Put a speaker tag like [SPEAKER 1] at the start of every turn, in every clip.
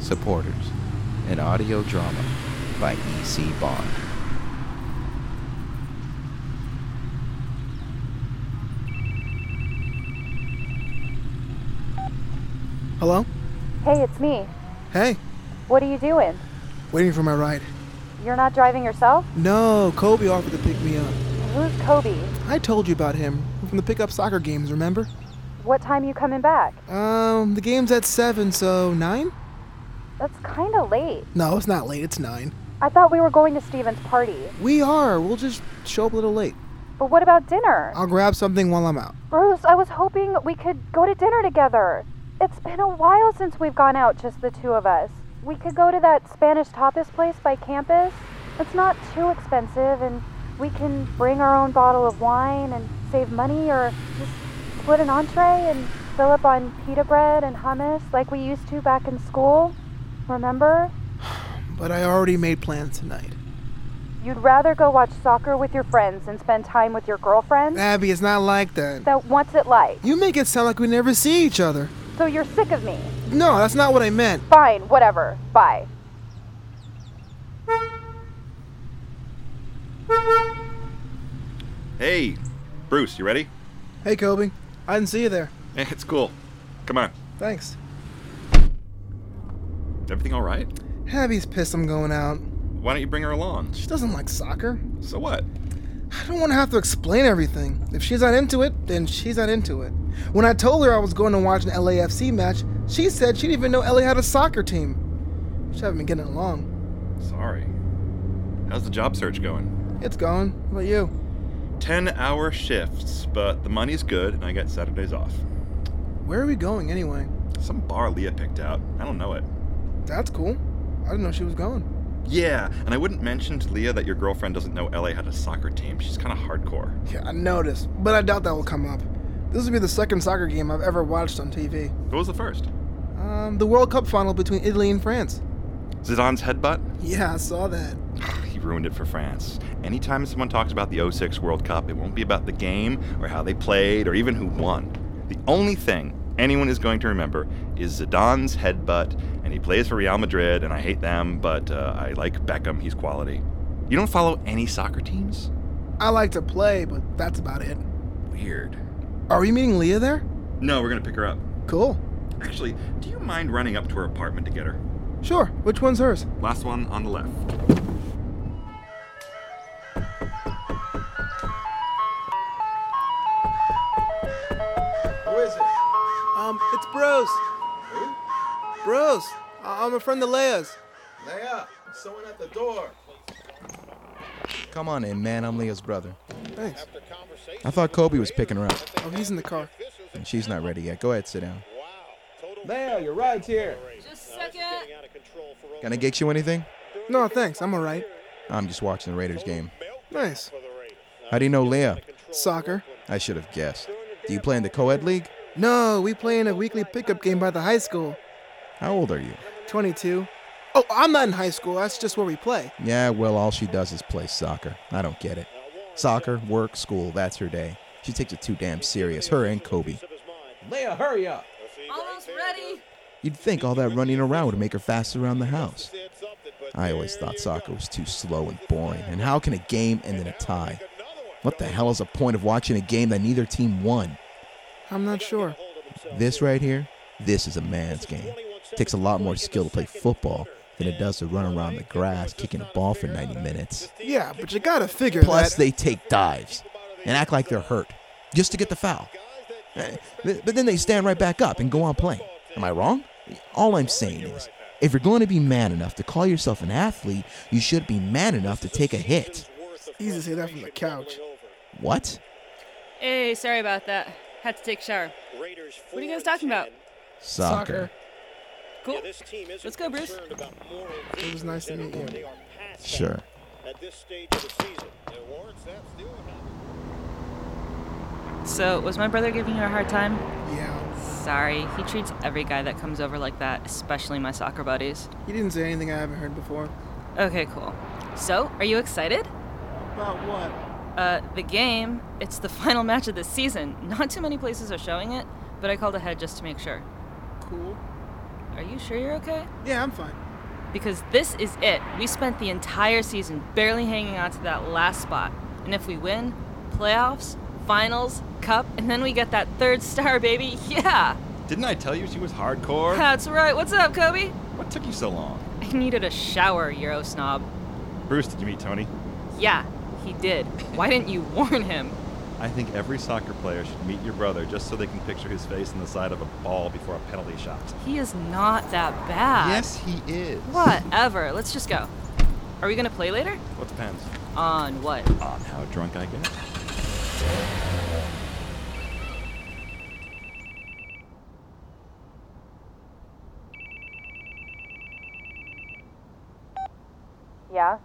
[SPEAKER 1] Supporters, an audio drama by E.C. Bond.
[SPEAKER 2] Hello?
[SPEAKER 3] Hey, it's me.
[SPEAKER 2] Hey,
[SPEAKER 3] What are you doing?
[SPEAKER 2] waiting for my ride.
[SPEAKER 3] You're not driving yourself?
[SPEAKER 2] No, Kobe offered to pick me up.
[SPEAKER 3] Who's Kobe?
[SPEAKER 2] I told you about him from the pickup soccer games, remember?
[SPEAKER 3] What time you coming back?
[SPEAKER 2] Um, the game's at 7, so 9?
[SPEAKER 3] That's kind of late.
[SPEAKER 2] No, it's not late, it's 9.
[SPEAKER 3] I thought we were going to Steven's party.
[SPEAKER 2] We are, we'll just show up a little late.
[SPEAKER 3] But what about dinner?
[SPEAKER 2] I'll grab something while I'm out.
[SPEAKER 3] Bruce, I was hoping we could go to dinner together. It's been a while since we've gone out, just the two of us. We could go to that Spanish tapas place by campus. It's not too expensive, and we can bring our own bottle of wine and save money, or just split an entree and fill up on pita bread and hummus like we used to back in school. Remember?
[SPEAKER 2] But I already made plans tonight.
[SPEAKER 3] You'd rather go watch soccer with your friends and spend time with your girlfriend?
[SPEAKER 2] Abby, it's not like that.
[SPEAKER 3] That what's it like?
[SPEAKER 2] You make it sound like we never see each other.
[SPEAKER 3] So you're sick of me.
[SPEAKER 2] No, that's not what I meant.
[SPEAKER 3] Fine, whatever. Bye.
[SPEAKER 4] Hey, Bruce, you ready?
[SPEAKER 2] Hey, Kobe. I didn't see you there.
[SPEAKER 4] Eh, It's cool. Come on.
[SPEAKER 2] Thanks.
[SPEAKER 4] Everything all right?
[SPEAKER 2] Abby's pissed I'm going out.
[SPEAKER 4] Why don't you bring her along?
[SPEAKER 2] She doesn't like soccer.
[SPEAKER 4] So what?
[SPEAKER 2] I don't want to have to explain everything. If she's not into it, then she's not into it. When I told her I was going to watch an LAFC match, she said she didn't even know LA had a soccer team. She haven't been getting along.
[SPEAKER 4] Sorry. How's the job search going?
[SPEAKER 2] It's going. What about you?
[SPEAKER 4] 10 hour shifts, but the money's good and I got Saturdays off.
[SPEAKER 2] Where are we going anyway?
[SPEAKER 4] Some bar Leah picked out. I don't know it.
[SPEAKER 2] That's cool. I didn't know she was going.
[SPEAKER 4] Yeah, and I wouldn't mention to Leah that your girlfriend doesn't know LA had a soccer team. She's kind of hardcore.
[SPEAKER 2] Yeah, I noticed, but I doubt that will come up. This will be the second soccer game I've ever watched on TV.
[SPEAKER 4] What was the first?
[SPEAKER 2] Um, the World Cup final between Italy and France.
[SPEAKER 4] Zidane's headbutt?
[SPEAKER 2] Yeah, I saw that.
[SPEAKER 4] He ruined it for France. Anytime someone talks about the 06 World Cup, it won't be about the game or how they played or even who won. The only thing anyone is going to remember is Zidane's headbutt, and he plays for Real Madrid, and I hate them, but uh, I like Beckham. He's quality. You don't follow any soccer teams?
[SPEAKER 2] I like to play, but that's about it.
[SPEAKER 4] Weird.
[SPEAKER 2] Are we meeting Leah there?
[SPEAKER 4] No, we're going to pick her up.
[SPEAKER 2] Cool.
[SPEAKER 4] Actually, do you mind running up to her apartment to get her?
[SPEAKER 2] Sure. Which one's hers?
[SPEAKER 4] Last one on the left.
[SPEAKER 2] Who is it? Um, it's Bruce. Who? Bruce. I- I'm a friend of Leia's.
[SPEAKER 5] Leia, someone at the door.
[SPEAKER 6] Come on in, man. I'm Leah's brother.
[SPEAKER 2] Thanks.
[SPEAKER 6] I thought Kobe was picking her up,
[SPEAKER 2] Oh, he's in the car.
[SPEAKER 6] and she's not ready yet. Go ahead, sit down.
[SPEAKER 5] Leia, your ride's here.
[SPEAKER 7] Just a second.
[SPEAKER 6] Can I get you anything?
[SPEAKER 2] No, thanks. I'm all right.
[SPEAKER 6] I'm just watching the Raiders game.
[SPEAKER 2] Nice.
[SPEAKER 6] How do you know Leah?
[SPEAKER 2] Soccer.
[SPEAKER 6] I should have guessed. Do you play in the co ed league?
[SPEAKER 2] No, we play in a weekly pickup game by the high school.
[SPEAKER 6] How old are you?
[SPEAKER 2] 22. Oh, I'm not in high school. That's just where we play.
[SPEAKER 6] Yeah, well, all she does is play soccer. I don't get it. Soccer, work, school, that's her day. She takes it too damn serious, her and Kobe.
[SPEAKER 5] Leia, hurry up.
[SPEAKER 7] Almost ready.
[SPEAKER 6] You'd think all that running around would make her faster around the house. I always thought soccer was too slow and boring, and how can a game end in a tie? What the hell is the point of watching a game that neither team won?
[SPEAKER 2] I'm not sure.
[SPEAKER 6] This right here, this is a man's game. takes a lot more skill to play football than it does to run around the grass kicking a ball for 90 minutes.
[SPEAKER 2] Yeah, but you gotta figure
[SPEAKER 6] Plus,
[SPEAKER 2] that-
[SPEAKER 6] they take dives and act like they're hurt just to get the foul. Eh, But but then they stand right back up and go on playing. Am I wrong? All I'm saying is, if you're going to be man enough to call yourself an athlete, you should be man enough to take a hit.
[SPEAKER 2] easy to say that from the couch.
[SPEAKER 6] What?
[SPEAKER 7] Hey, sorry about that. Had to take a shower. What are you guys talking about?
[SPEAKER 6] Soccer.
[SPEAKER 7] Cool. Let's go, Bruce.
[SPEAKER 2] It was nice to meet you.
[SPEAKER 6] Sure.
[SPEAKER 7] So, was my brother giving you a hard time?
[SPEAKER 2] Yeah.
[SPEAKER 7] Sorry. He treats every guy that comes over like that, especially my soccer buddies.
[SPEAKER 2] He didn't say anything I haven't heard before.
[SPEAKER 7] Okay, cool. So, are you excited?
[SPEAKER 2] About what?
[SPEAKER 7] Uh, the game, it's the final match of the season. Not too many places are showing it, but I called ahead just to make sure.
[SPEAKER 2] Cool.
[SPEAKER 7] Are you sure you're okay?
[SPEAKER 2] Yeah, I'm fine.
[SPEAKER 7] Because this is it. We spent the entire season barely hanging on to that last spot. And if we win, playoffs, finals, cup, and then we get that third star, baby. Yeah!
[SPEAKER 4] Didn't I tell you she was hardcore?
[SPEAKER 7] That's right. What's up, Kobe?
[SPEAKER 4] what took you so long?
[SPEAKER 7] I needed a shower, Euro snob.
[SPEAKER 4] Bruce, did you meet Tony?
[SPEAKER 7] Yeah, he did. Why didn't you warn him?
[SPEAKER 4] I think every soccer player should meet your brother just so they can picture his face on the side of a ball before a penalty shot.
[SPEAKER 7] He is not that bad.
[SPEAKER 4] Yes, he is.
[SPEAKER 7] Whatever. Let's just go. Are we gonna play later?
[SPEAKER 4] What depends
[SPEAKER 7] On what?
[SPEAKER 4] on how drunk I get.
[SPEAKER 3] Yeah?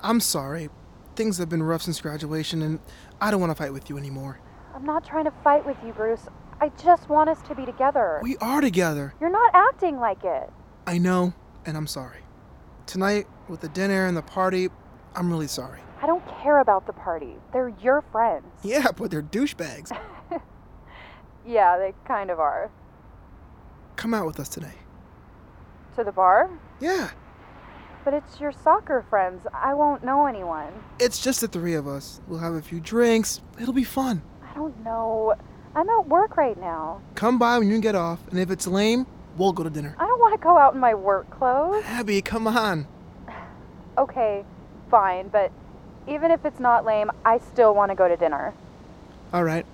[SPEAKER 2] I'm sorry. Things have been rough since graduation, and I don't want to fight with you anymore.
[SPEAKER 3] I'm not trying to fight with you, Bruce. I just want us to be together.
[SPEAKER 2] We are together.
[SPEAKER 3] You're not acting like it.
[SPEAKER 2] I know, and I'm sorry. Tonight, with the dinner and the party, I'm really sorry.
[SPEAKER 3] I don't care about the party. They're your friends.
[SPEAKER 2] Yeah, but they're douchebags.
[SPEAKER 3] Yeah, they kind of are.
[SPEAKER 2] Come out with us today.
[SPEAKER 3] To the bar?
[SPEAKER 2] Yeah,
[SPEAKER 3] But it's your soccer friends. I won't know anyone.
[SPEAKER 2] it's just the three of us. We'll have a few drinks. It'll be fun.
[SPEAKER 3] I don't know. I'm at work right now.
[SPEAKER 2] Come by when you get off, and if it's lame, we'll go to dinner.
[SPEAKER 3] I don't want to go out in my work clothes.
[SPEAKER 2] Abby, come on.
[SPEAKER 3] Okay, fine, but even if it's not lame, I still want to go to dinner.
[SPEAKER 2] All right,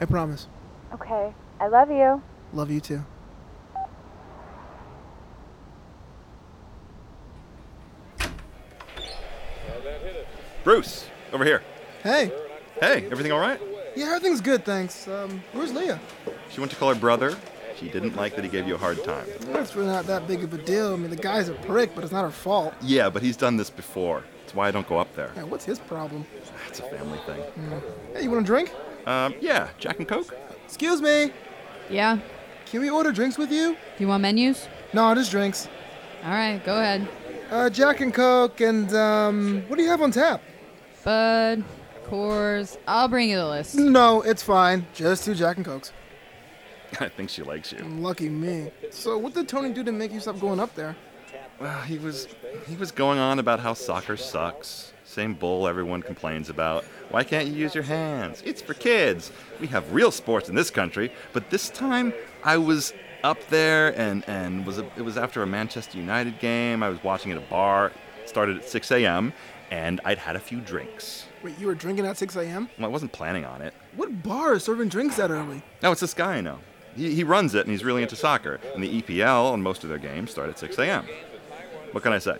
[SPEAKER 2] I promise.
[SPEAKER 3] Okay, I love you.
[SPEAKER 2] Love you too.
[SPEAKER 4] Bruce, over here.
[SPEAKER 2] Hey,
[SPEAKER 4] Hey, everything all right?
[SPEAKER 2] yeah, everything's good, thanks. Um, where's Leah?
[SPEAKER 4] She went to call her brother. She didn't like that he gave you a hard time.
[SPEAKER 2] That's really not that big of a deal. I mean, the guy's a prick, but it's not her fault.
[SPEAKER 4] Yeah, but he's done this before. That's why I don't go up there.
[SPEAKER 2] Hey, what's his problem?
[SPEAKER 4] It's a family thing.
[SPEAKER 2] Hey, you want a drink?
[SPEAKER 4] Um, yeah, Jack and Coke?
[SPEAKER 2] Excuse me.
[SPEAKER 8] Yeah? Do
[SPEAKER 2] Can we order drinks with you?
[SPEAKER 8] you want menus?
[SPEAKER 2] No, just drinks.
[SPEAKER 8] All right, go ahead.
[SPEAKER 2] Uh, Jack and Coke, and um, what do you have on tap?
[SPEAKER 8] Bud, Coors, I'll bring you the list.
[SPEAKER 2] No, it's fine. Just two Jack and Cokes.
[SPEAKER 4] I think she likes you.
[SPEAKER 2] Lucky me. So, what did Tony do to make you stop going up there?
[SPEAKER 4] Well, he was he was going on about how soccer sucks. Same bull everyone complains about. Why can't you use your hands? It's for kids. We have real sports in this country, but this time I was up there and and was a, it was after a Manchester United game. I was watching at a bar. It started at 6 a.m. and I'd had a few drinks.
[SPEAKER 2] Wait, you were drinking at 6 a.m.?
[SPEAKER 4] Well, I wasn't planning on it.
[SPEAKER 2] What bar is serving drinks that early?
[SPEAKER 4] No, it's this guy I know. He, he runs it and he's really into soccer. And the E EPL and most of their games start at 6 a.m. What can I say?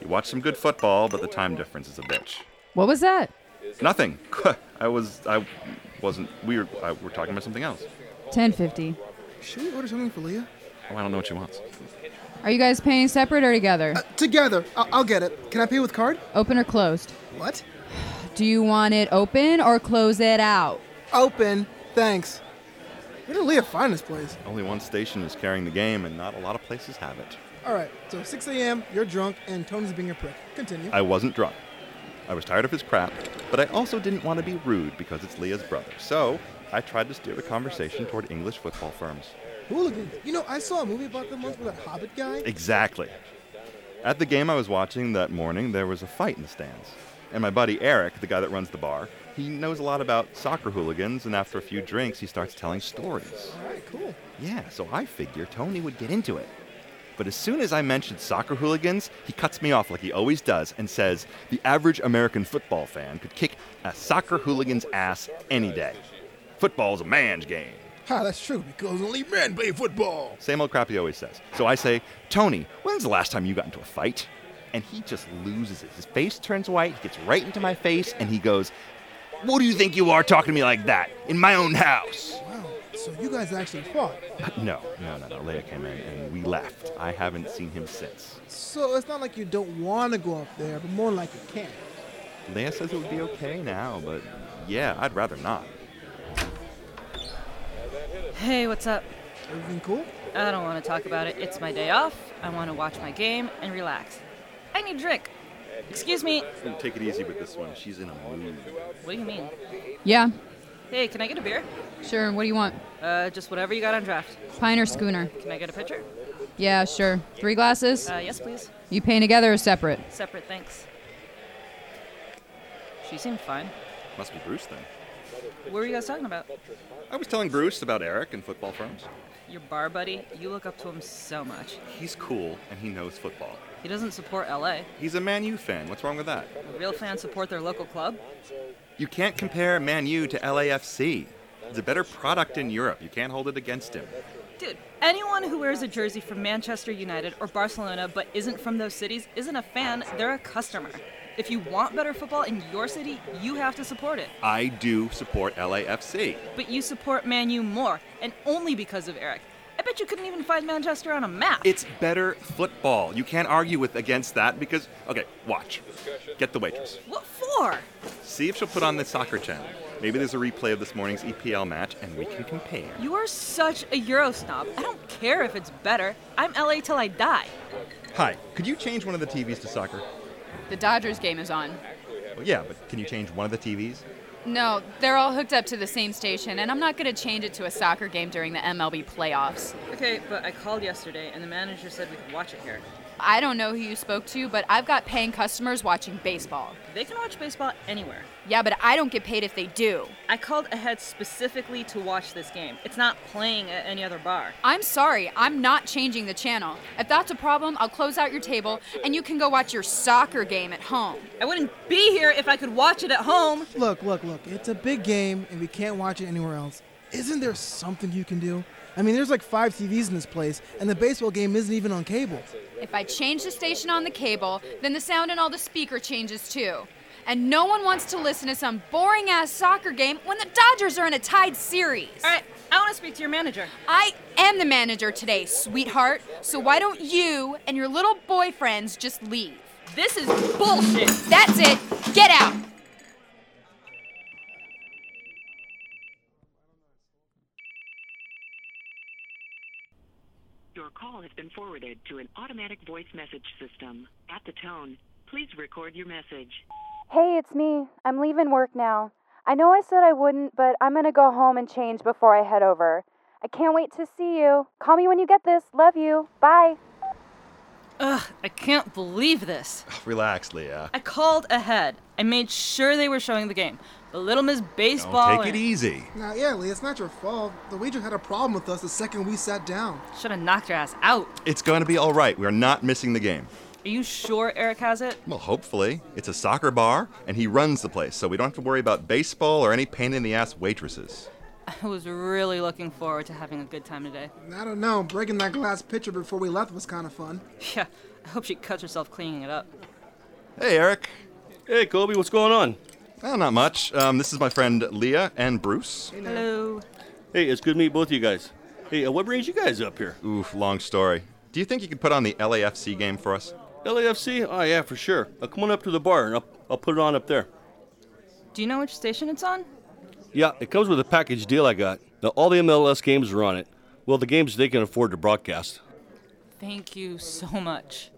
[SPEAKER 4] You watch some good football, but the time difference is a bitch.
[SPEAKER 8] What was that?
[SPEAKER 4] Nothing. I was. I wasn't. We were. I, we're talking about something else.
[SPEAKER 8] 1050.
[SPEAKER 2] Should we order something for Leah?
[SPEAKER 4] Oh, I don't know what she wants.
[SPEAKER 8] Are you guys paying separate or together?
[SPEAKER 2] Uh, together. I- I'll get it. Can I pay with card?
[SPEAKER 8] Open or closed?
[SPEAKER 2] What?
[SPEAKER 8] Do you want it open or close it out?
[SPEAKER 2] Open. Thanks. Where did Leah find this place?
[SPEAKER 4] Only one station is carrying the game, and not a lot of places have it.
[SPEAKER 2] All right, so 6 a.m., you're drunk, and Tony's being a prick. Continue.
[SPEAKER 4] I wasn't drunk. I was tired of his crap, but I also didn't want to be rude because it's Leah's brother. So I tried to steer the conversation toward English football firms.
[SPEAKER 2] Hooligans. You know, I saw a movie about them once with that Hobbit guy.
[SPEAKER 4] Exactly. At the game I was watching that morning, there was a fight in the stands. And my buddy Eric, the guy that runs the bar, he knows a lot about soccer hooligans, and after a few drinks, he starts telling stories.
[SPEAKER 2] All right, cool.
[SPEAKER 4] Yeah, so I figure Tony would get into it. But as soon as I mentioned soccer hooligans, he cuts me off like he always does and says the average American football fan could kick a soccer hooligan's ass any day. Football's a man's game.
[SPEAKER 2] Ha, that's true, because only men play football.
[SPEAKER 4] Same old crap he always says. So I say, Tony, when's the last time you got into a fight? And he just loses it. His face turns white, he gets right into my face, and he goes, What do you think you are talking to me like that? In my own house?
[SPEAKER 2] Wow, so you guys actually fought.
[SPEAKER 4] No, no, no, no. Leia came in and we left. I haven't seen him since.
[SPEAKER 2] So it's not like you don't want to go up there, but more like you can't.
[SPEAKER 4] Leia says it would be okay now, but yeah, I'd rather not.
[SPEAKER 7] Hey, what's up?
[SPEAKER 2] Everything cool?
[SPEAKER 7] I don't want to talk about it. It's my day off. I want to watch my game and relax. I need a drink. Excuse me.
[SPEAKER 4] Take it easy with this one. She's in a mood.
[SPEAKER 7] What do you mean?
[SPEAKER 8] Yeah,
[SPEAKER 7] Hey, can I get a beer?
[SPEAKER 8] sure. What do you want?
[SPEAKER 7] Uh, just whatever you got on draft.
[SPEAKER 8] Pine or schooner?
[SPEAKER 7] Can I get a pitcher?
[SPEAKER 8] Yeah, sure. Three glasses?
[SPEAKER 7] Uh, yes, please.
[SPEAKER 8] You paying together or separate?
[SPEAKER 7] Separate, thanks. She seemed fine.
[SPEAKER 4] Must be Bruce then.
[SPEAKER 7] What were you guys talking about?
[SPEAKER 4] I was telling Bruce about Eric and football firms.
[SPEAKER 7] Your bar buddy? You look up to him so much.
[SPEAKER 4] He's cool and he knows football.
[SPEAKER 7] He doesn't support LA.
[SPEAKER 4] He's a Man U fan. What's wrong with that?
[SPEAKER 7] A real fans support their local club.
[SPEAKER 4] You can't compare Man U to LAFC. It's a better product in Europe. You can't hold it against him.
[SPEAKER 7] Dude, anyone who wears a jersey from Manchester United or Barcelona but isn't from those cities isn't a fan, they're a customer. If you want better football in your city, you have to support it.
[SPEAKER 4] I do support LAFC.
[SPEAKER 7] But you support Man U more, and only because of Eric. I bet you couldn't even find Manchester on a map.
[SPEAKER 4] It's better football. You can't argue with against that because okay, watch. Get the waitress.
[SPEAKER 7] what for?
[SPEAKER 4] See if she'll put on the soccer channel. Maybe there's a replay of this morning's EPL match and we can compare.
[SPEAKER 7] You are such a Euro snob. I don't care if it's better. I'm LA till I die.
[SPEAKER 4] Hi, could you change one of the TVs to soccer?
[SPEAKER 8] The Dodgers game is on.
[SPEAKER 4] Well, yeah, but can you change one of the TVs?
[SPEAKER 9] No, they're all hooked up to the same station, and I'm not going to change it to a soccer game during the MLB playoffs.
[SPEAKER 7] Okay, but I called yesterday and the manager said we could watch it here.
[SPEAKER 9] I don't know who you spoke to, but I've got paying customers watching baseball.
[SPEAKER 7] They can watch baseball anywhere.
[SPEAKER 9] Yeah, but I don't get paid if they do.
[SPEAKER 7] I called ahead specifically to watch this game. It's not playing at any other bar.
[SPEAKER 9] I'm sorry, I'm not changing the channel. If that's a problem, I'll close out your table and you can go watch your soccer game at home.
[SPEAKER 7] I wouldn't be here if I could watch it at home.
[SPEAKER 2] Look, look, look. It's a big game, and we can't watch it anywhere else. Isn't there something you can do? I mean, there's like five TVs in this place, and the baseball game isn't even on cable.
[SPEAKER 9] If I change the station on the cable, then the sound and all the speaker changes too. And no one wants to listen to some boring ass soccer game when the Dodgers are in a tied series.
[SPEAKER 7] All right, I want to speak to your manager.
[SPEAKER 9] I am the manager today, sweetheart, so why don't you and your little boyfriends just leave?
[SPEAKER 7] This is bullshit.
[SPEAKER 9] That's it, get out!
[SPEAKER 10] Your call has been forwarded to an automatic voice message system. At the tone, please record your message.
[SPEAKER 3] Hey, it's me. I'm leaving work now. I know I said I wouldn't, but I'm gonna go home and change before I head over. I can't wait to see you. Call me when you get this. Love you. Bye.
[SPEAKER 7] Ugh, I can't believe this.
[SPEAKER 4] Relax, Leah.
[SPEAKER 7] I called ahead. I made sure they were showing the game. The Little Miss
[SPEAKER 4] Don't
[SPEAKER 7] Baseball.
[SPEAKER 4] take it easy.
[SPEAKER 2] Now, yeah, Lee, it's not your fault. The waiter had a problem with us the second we sat down.
[SPEAKER 7] Should have knocked your ass out.
[SPEAKER 4] It's going to be all right. We are not missing the game.
[SPEAKER 7] Are you sure Eric has it?
[SPEAKER 4] Well, hopefully. It's a soccer bar, and he runs the place, so we don't have to worry about baseball or any pain in the ass waitresses.
[SPEAKER 7] I was really looking forward to having a good time today.
[SPEAKER 2] I don't know. Breaking that glass pitcher before we left was kind of fun.
[SPEAKER 7] Yeah, I hope she cuts herself cleaning it up.
[SPEAKER 4] Hey, Eric.
[SPEAKER 11] Hey, Kobe, what's going on?
[SPEAKER 4] Oh, not much. Um, this is my friend Leah and Bruce.
[SPEAKER 7] Hello.
[SPEAKER 11] Hey, it's good to meet both of you guys. Hey, uh, what brings you guys up here?
[SPEAKER 4] Oof, long story. Do you think you could put on the LAFC game for us?
[SPEAKER 11] LAFC? Oh, yeah, for sure. Uh, come on up to the bar and I'll, I'll put it on up there.
[SPEAKER 7] Do you know which station it's on?
[SPEAKER 11] Yeah, it comes with a package deal I got. Now, all the MLS games are on it. Well, the games they can afford to broadcast.
[SPEAKER 7] Thank you so much.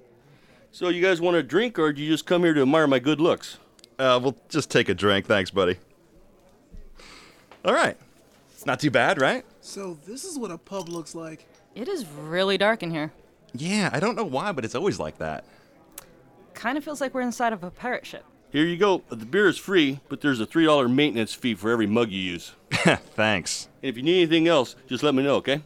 [SPEAKER 11] So, you guys want a drink or do you just come here to admire my good looks?
[SPEAKER 4] Uh, we'll just take a drink. Thanks, buddy. All right. It's not too bad, right?
[SPEAKER 2] So, this is what a pub looks like.
[SPEAKER 7] It is really dark in here.
[SPEAKER 4] Yeah, I don't know why, but it's always like that.
[SPEAKER 7] Kind of feels like we're inside of a pirate ship.
[SPEAKER 11] Here you go. Uh, The beer is free, but there's a $3 maintenance fee for every mug you use.
[SPEAKER 4] Thanks.
[SPEAKER 11] And if you need anything else, just let me know, okay?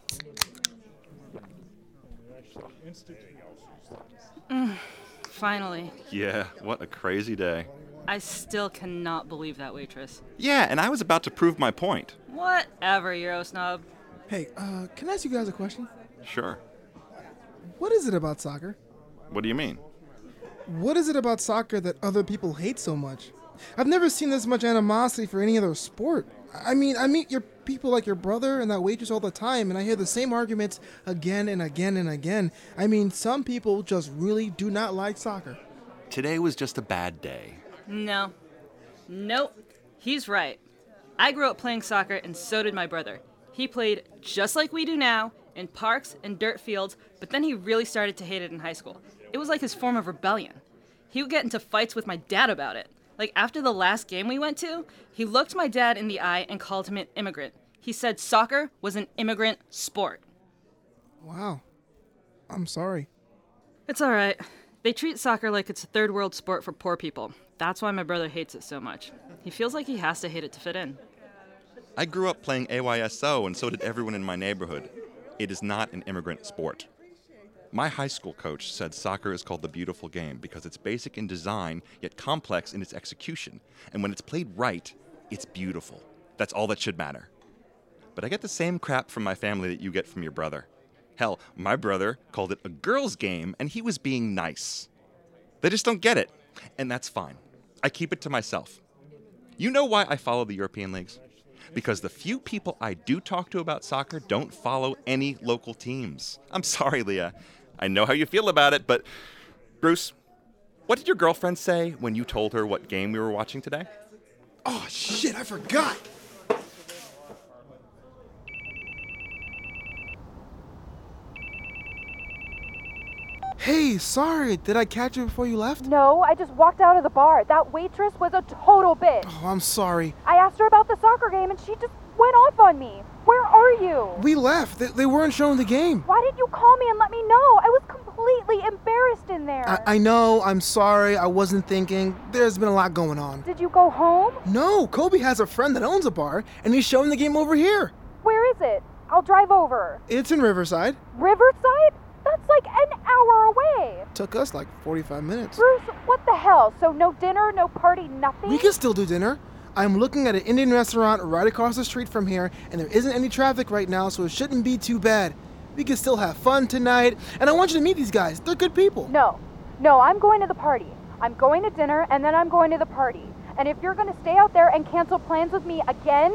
[SPEAKER 7] Finally.
[SPEAKER 4] Yeah, what a crazy day.
[SPEAKER 7] I still cannot believe that waitress.
[SPEAKER 4] Yeah, and I was about to prove my point.
[SPEAKER 7] Whatever, Euro snob.
[SPEAKER 2] Hey, uh, can I ask you guys a question?
[SPEAKER 4] Sure.
[SPEAKER 2] What is it about soccer?
[SPEAKER 4] What do you mean?
[SPEAKER 2] What is it about soccer that other people hate so much? I've never seen this much animosity for any other sport. I mean, I meet your people like your brother and that waitress all the time, and I hear the same arguments again and again and again. I mean, some people just really do not like soccer.
[SPEAKER 4] Today was just a bad day.
[SPEAKER 7] No. Nope. He's right. I grew up playing soccer, and so did my brother. He played just like we do now, in parks and dirt fields, but then he really started to hate it in high school. It was like his form of rebellion. He would get into fights with my dad about it. Like after the last game we went to, he looked my dad in the eye and called him an immigrant. He said soccer was an immigrant sport.
[SPEAKER 2] Wow. I'm sorry.
[SPEAKER 7] It's all right. They treat soccer like it's a third world sport for poor people. That's why my brother hates it so much. He feels like he has to hate it to fit in.
[SPEAKER 4] I grew up playing AYSO, and so did everyone in my neighborhood. It is not an immigrant sport. My high school coach said soccer is called the beautiful game because it's basic in design, yet complex in its execution. And when it's played right, it's beautiful. That's all that should matter. But I get the same crap from my family that you get from your brother. Hell, my brother called it a girls' game, and he was being nice. They just don't get it, and that's fine. I keep it to myself. You know why I follow the European leagues? Because the few people I do talk to about soccer don't follow any local teams. I'm sorry, Leah. I know how you feel about it, but Bruce, what did your girlfriend say when you told her what game we were watching today?
[SPEAKER 2] Oh shit, I forgot. Hey, sorry. Did I catch you before you left?
[SPEAKER 3] No, I just walked out of the bar. That waitress was a total bitch.
[SPEAKER 2] Oh, I'm sorry.
[SPEAKER 3] I asked her about the soccer game and she just went off on me. Where are you?
[SPEAKER 2] We left. They, they weren't showing the game.
[SPEAKER 3] Why didn't you call me and let me know? I was completely embarrassed in there.
[SPEAKER 2] I, I know. I'm sorry. I wasn't thinking. There's been a lot going on.
[SPEAKER 3] Did you go home?
[SPEAKER 2] No, Kobe has a friend that owns a bar, and he's showing the game over here.
[SPEAKER 3] Where is it? I'll drive over.
[SPEAKER 2] It's in Riverside.
[SPEAKER 3] Riverside? That's like an hour away.
[SPEAKER 2] Took us like 45 minutes.
[SPEAKER 3] Bruce, what the hell? So no dinner, no party, nothing?
[SPEAKER 2] We can still do dinner. I'm looking at an Indian restaurant right across the street from here, and there isn't any traffic right now, so it shouldn't be too bad. We can still have fun tonight, and I want you to meet these guys. They're good people.
[SPEAKER 3] No, no, I'm going to the party. I'm going to dinner, and then I'm going to the party. And if you're going to stay out there and cancel plans with me again,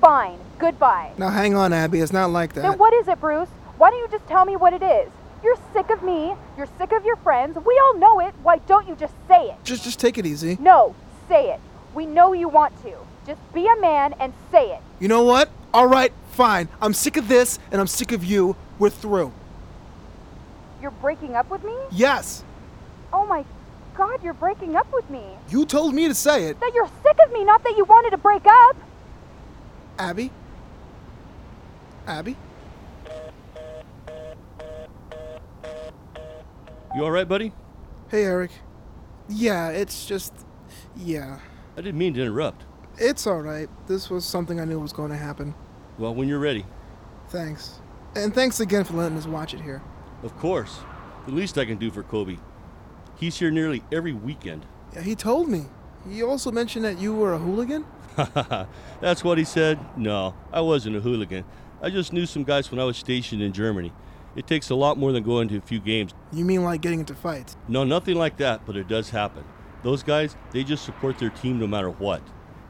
[SPEAKER 3] fine. Goodbye.
[SPEAKER 2] Now uh, hang on, Abby. It's not like that.
[SPEAKER 3] Then what is it, Bruce? Why don't you just tell me what it is? You're sick of me. You're sick of your friends. We all know it. Why don't you just say it?
[SPEAKER 2] Just, just take it easy.
[SPEAKER 3] No, say it. We know you want to. Just be a man and say it.
[SPEAKER 2] You know what? All right, fine. I'm sick of this, and I'm sick of you. We're through.
[SPEAKER 3] You're breaking up with me?
[SPEAKER 2] Yes,
[SPEAKER 3] Oh my god, you're breaking up with me.
[SPEAKER 2] you told me to say it,
[SPEAKER 3] That you're sick of me, not that you wanted to break up.
[SPEAKER 2] Abby. Abby.
[SPEAKER 11] You all right, buddy?
[SPEAKER 2] Hey, Eric. Yeah, it's just, yeah,
[SPEAKER 11] I didn't mean to interrupt.
[SPEAKER 2] it's all right. This was something I knew was going to happen.
[SPEAKER 11] Well, when you're ready.
[SPEAKER 2] Thanks, and thanks again for letting us watch it here.
[SPEAKER 11] Of course. The least I can do for Kobe. He's here nearly every weekend.
[SPEAKER 2] Yeah, he told me. He also mentioned that you were a hooligan.
[SPEAKER 11] That's what he said? No, I wasn't a hooligan. I just knew some guys when I was stationed in Germany. It takes a lot more than going to a few games.
[SPEAKER 2] You mean like getting into fights?
[SPEAKER 11] No, nothing like that, but it does happen. Those guys, they just support their team no matter what.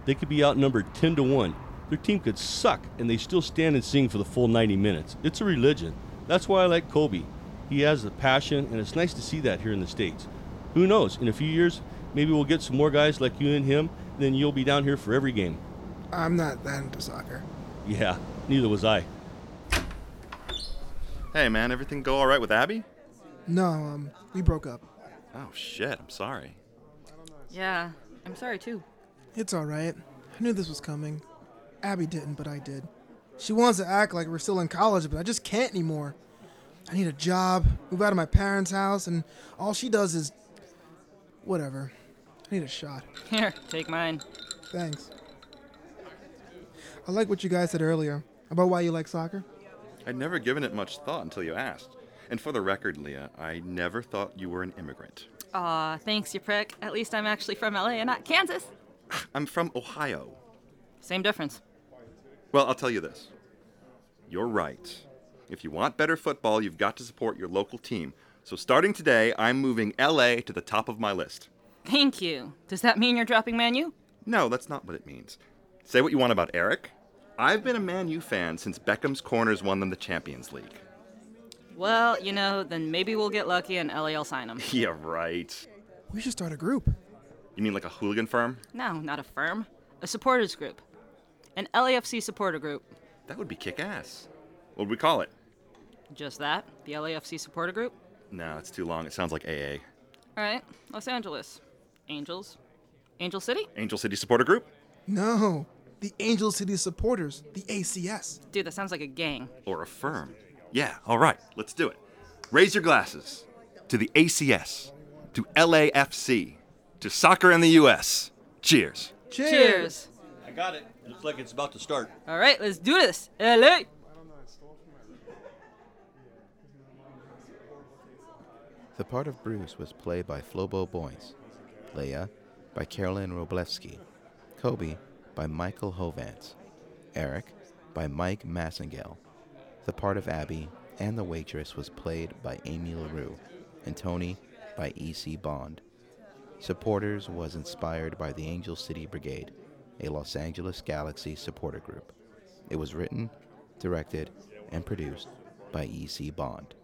[SPEAKER 11] They could be outnumbered 10 to 1. Their team could suck, and they still stand and sing for the full 90 minutes. It's a religion. That's why I like Kobe. He has the passion, and it's nice to see that here in the States. Who knows? In a few years, maybe we'll get some more guys like you and him, then you'll be down here for every game.
[SPEAKER 2] I'm not that into soccer.
[SPEAKER 11] Yeah, neither was I.
[SPEAKER 4] Hey, man, everything go all right with Abby?
[SPEAKER 2] No, um, we broke up.
[SPEAKER 4] Oh, shit, I'm sorry.
[SPEAKER 7] Yeah, I'm sorry too.
[SPEAKER 2] It's all right. I knew this was coming. Abby didn't, but I did. She wants to act like we're still in college, but I just can't anymore. I need a job, move out of my parents' house, and all she does is. whatever. I need a shot.
[SPEAKER 7] Here, take mine.
[SPEAKER 2] Thanks. I like what you guys said earlier about why you like soccer.
[SPEAKER 4] I'd never given it much thought until you asked. And for the record, Leah, I never thought you were an immigrant.
[SPEAKER 7] Aw, thanks, you prick. At least I'm actually from LA and not Kansas.
[SPEAKER 4] I'm from Ohio.
[SPEAKER 7] Same difference.
[SPEAKER 4] Well, I'll tell you this. You're right. If you want better football, you've got to support your local team. So starting today, I'm moving LA to the top of my list.
[SPEAKER 7] Thank you. Does that mean you're dropping Manu?
[SPEAKER 4] No, that's not what it means. Say what you want about Eric. I've been a Man U fan since Beckham's Corners won them the Champions League.
[SPEAKER 7] Well, you know, then maybe we'll get lucky and LA will sign him.
[SPEAKER 4] yeah, right.
[SPEAKER 2] We should start a group.
[SPEAKER 4] You mean like a hooligan firm?
[SPEAKER 7] No, not a firm. A supporters group. An LAFC supporter group.
[SPEAKER 4] That would be kick ass. What would we call it?
[SPEAKER 7] Just that? The LAFC supporter group?
[SPEAKER 4] No, it's too long. It sounds like AA.
[SPEAKER 7] All right, Los Angeles. Angels. Angel City?
[SPEAKER 4] Angel City Supporter Group?
[SPEAKER 2] No, the Angel City supporters, the ACS.
[SPEAKER 7] Dude, that sounds like a gang.
[SPEAKER 4] Or a firm? Yeah, all right. Let's do it. Raise your glasses to the ACS, to LAFC, to soccer in the U.S. Cheers.
[SPEAKER 7] Cheers.
[SPEAKER 11] I got it. Looks like it's about to start.
[SPEAKER 7] All right, let's do this. LA.
[SPEAKER 6] The part of Bruce was played by Flobo Boyce, Leia by Carolyn Roblevsky, Kobe by Michael Hovance, Eric by Mike Massengale. The part of Abby and the waitress was played by Amy LaRue, and Tony by E.C. Bond. Supporters was inspired by the Angel City Brigade, a Los Angeles Galaxy supporter group. It was written, directed, and produced by E.C. Bond.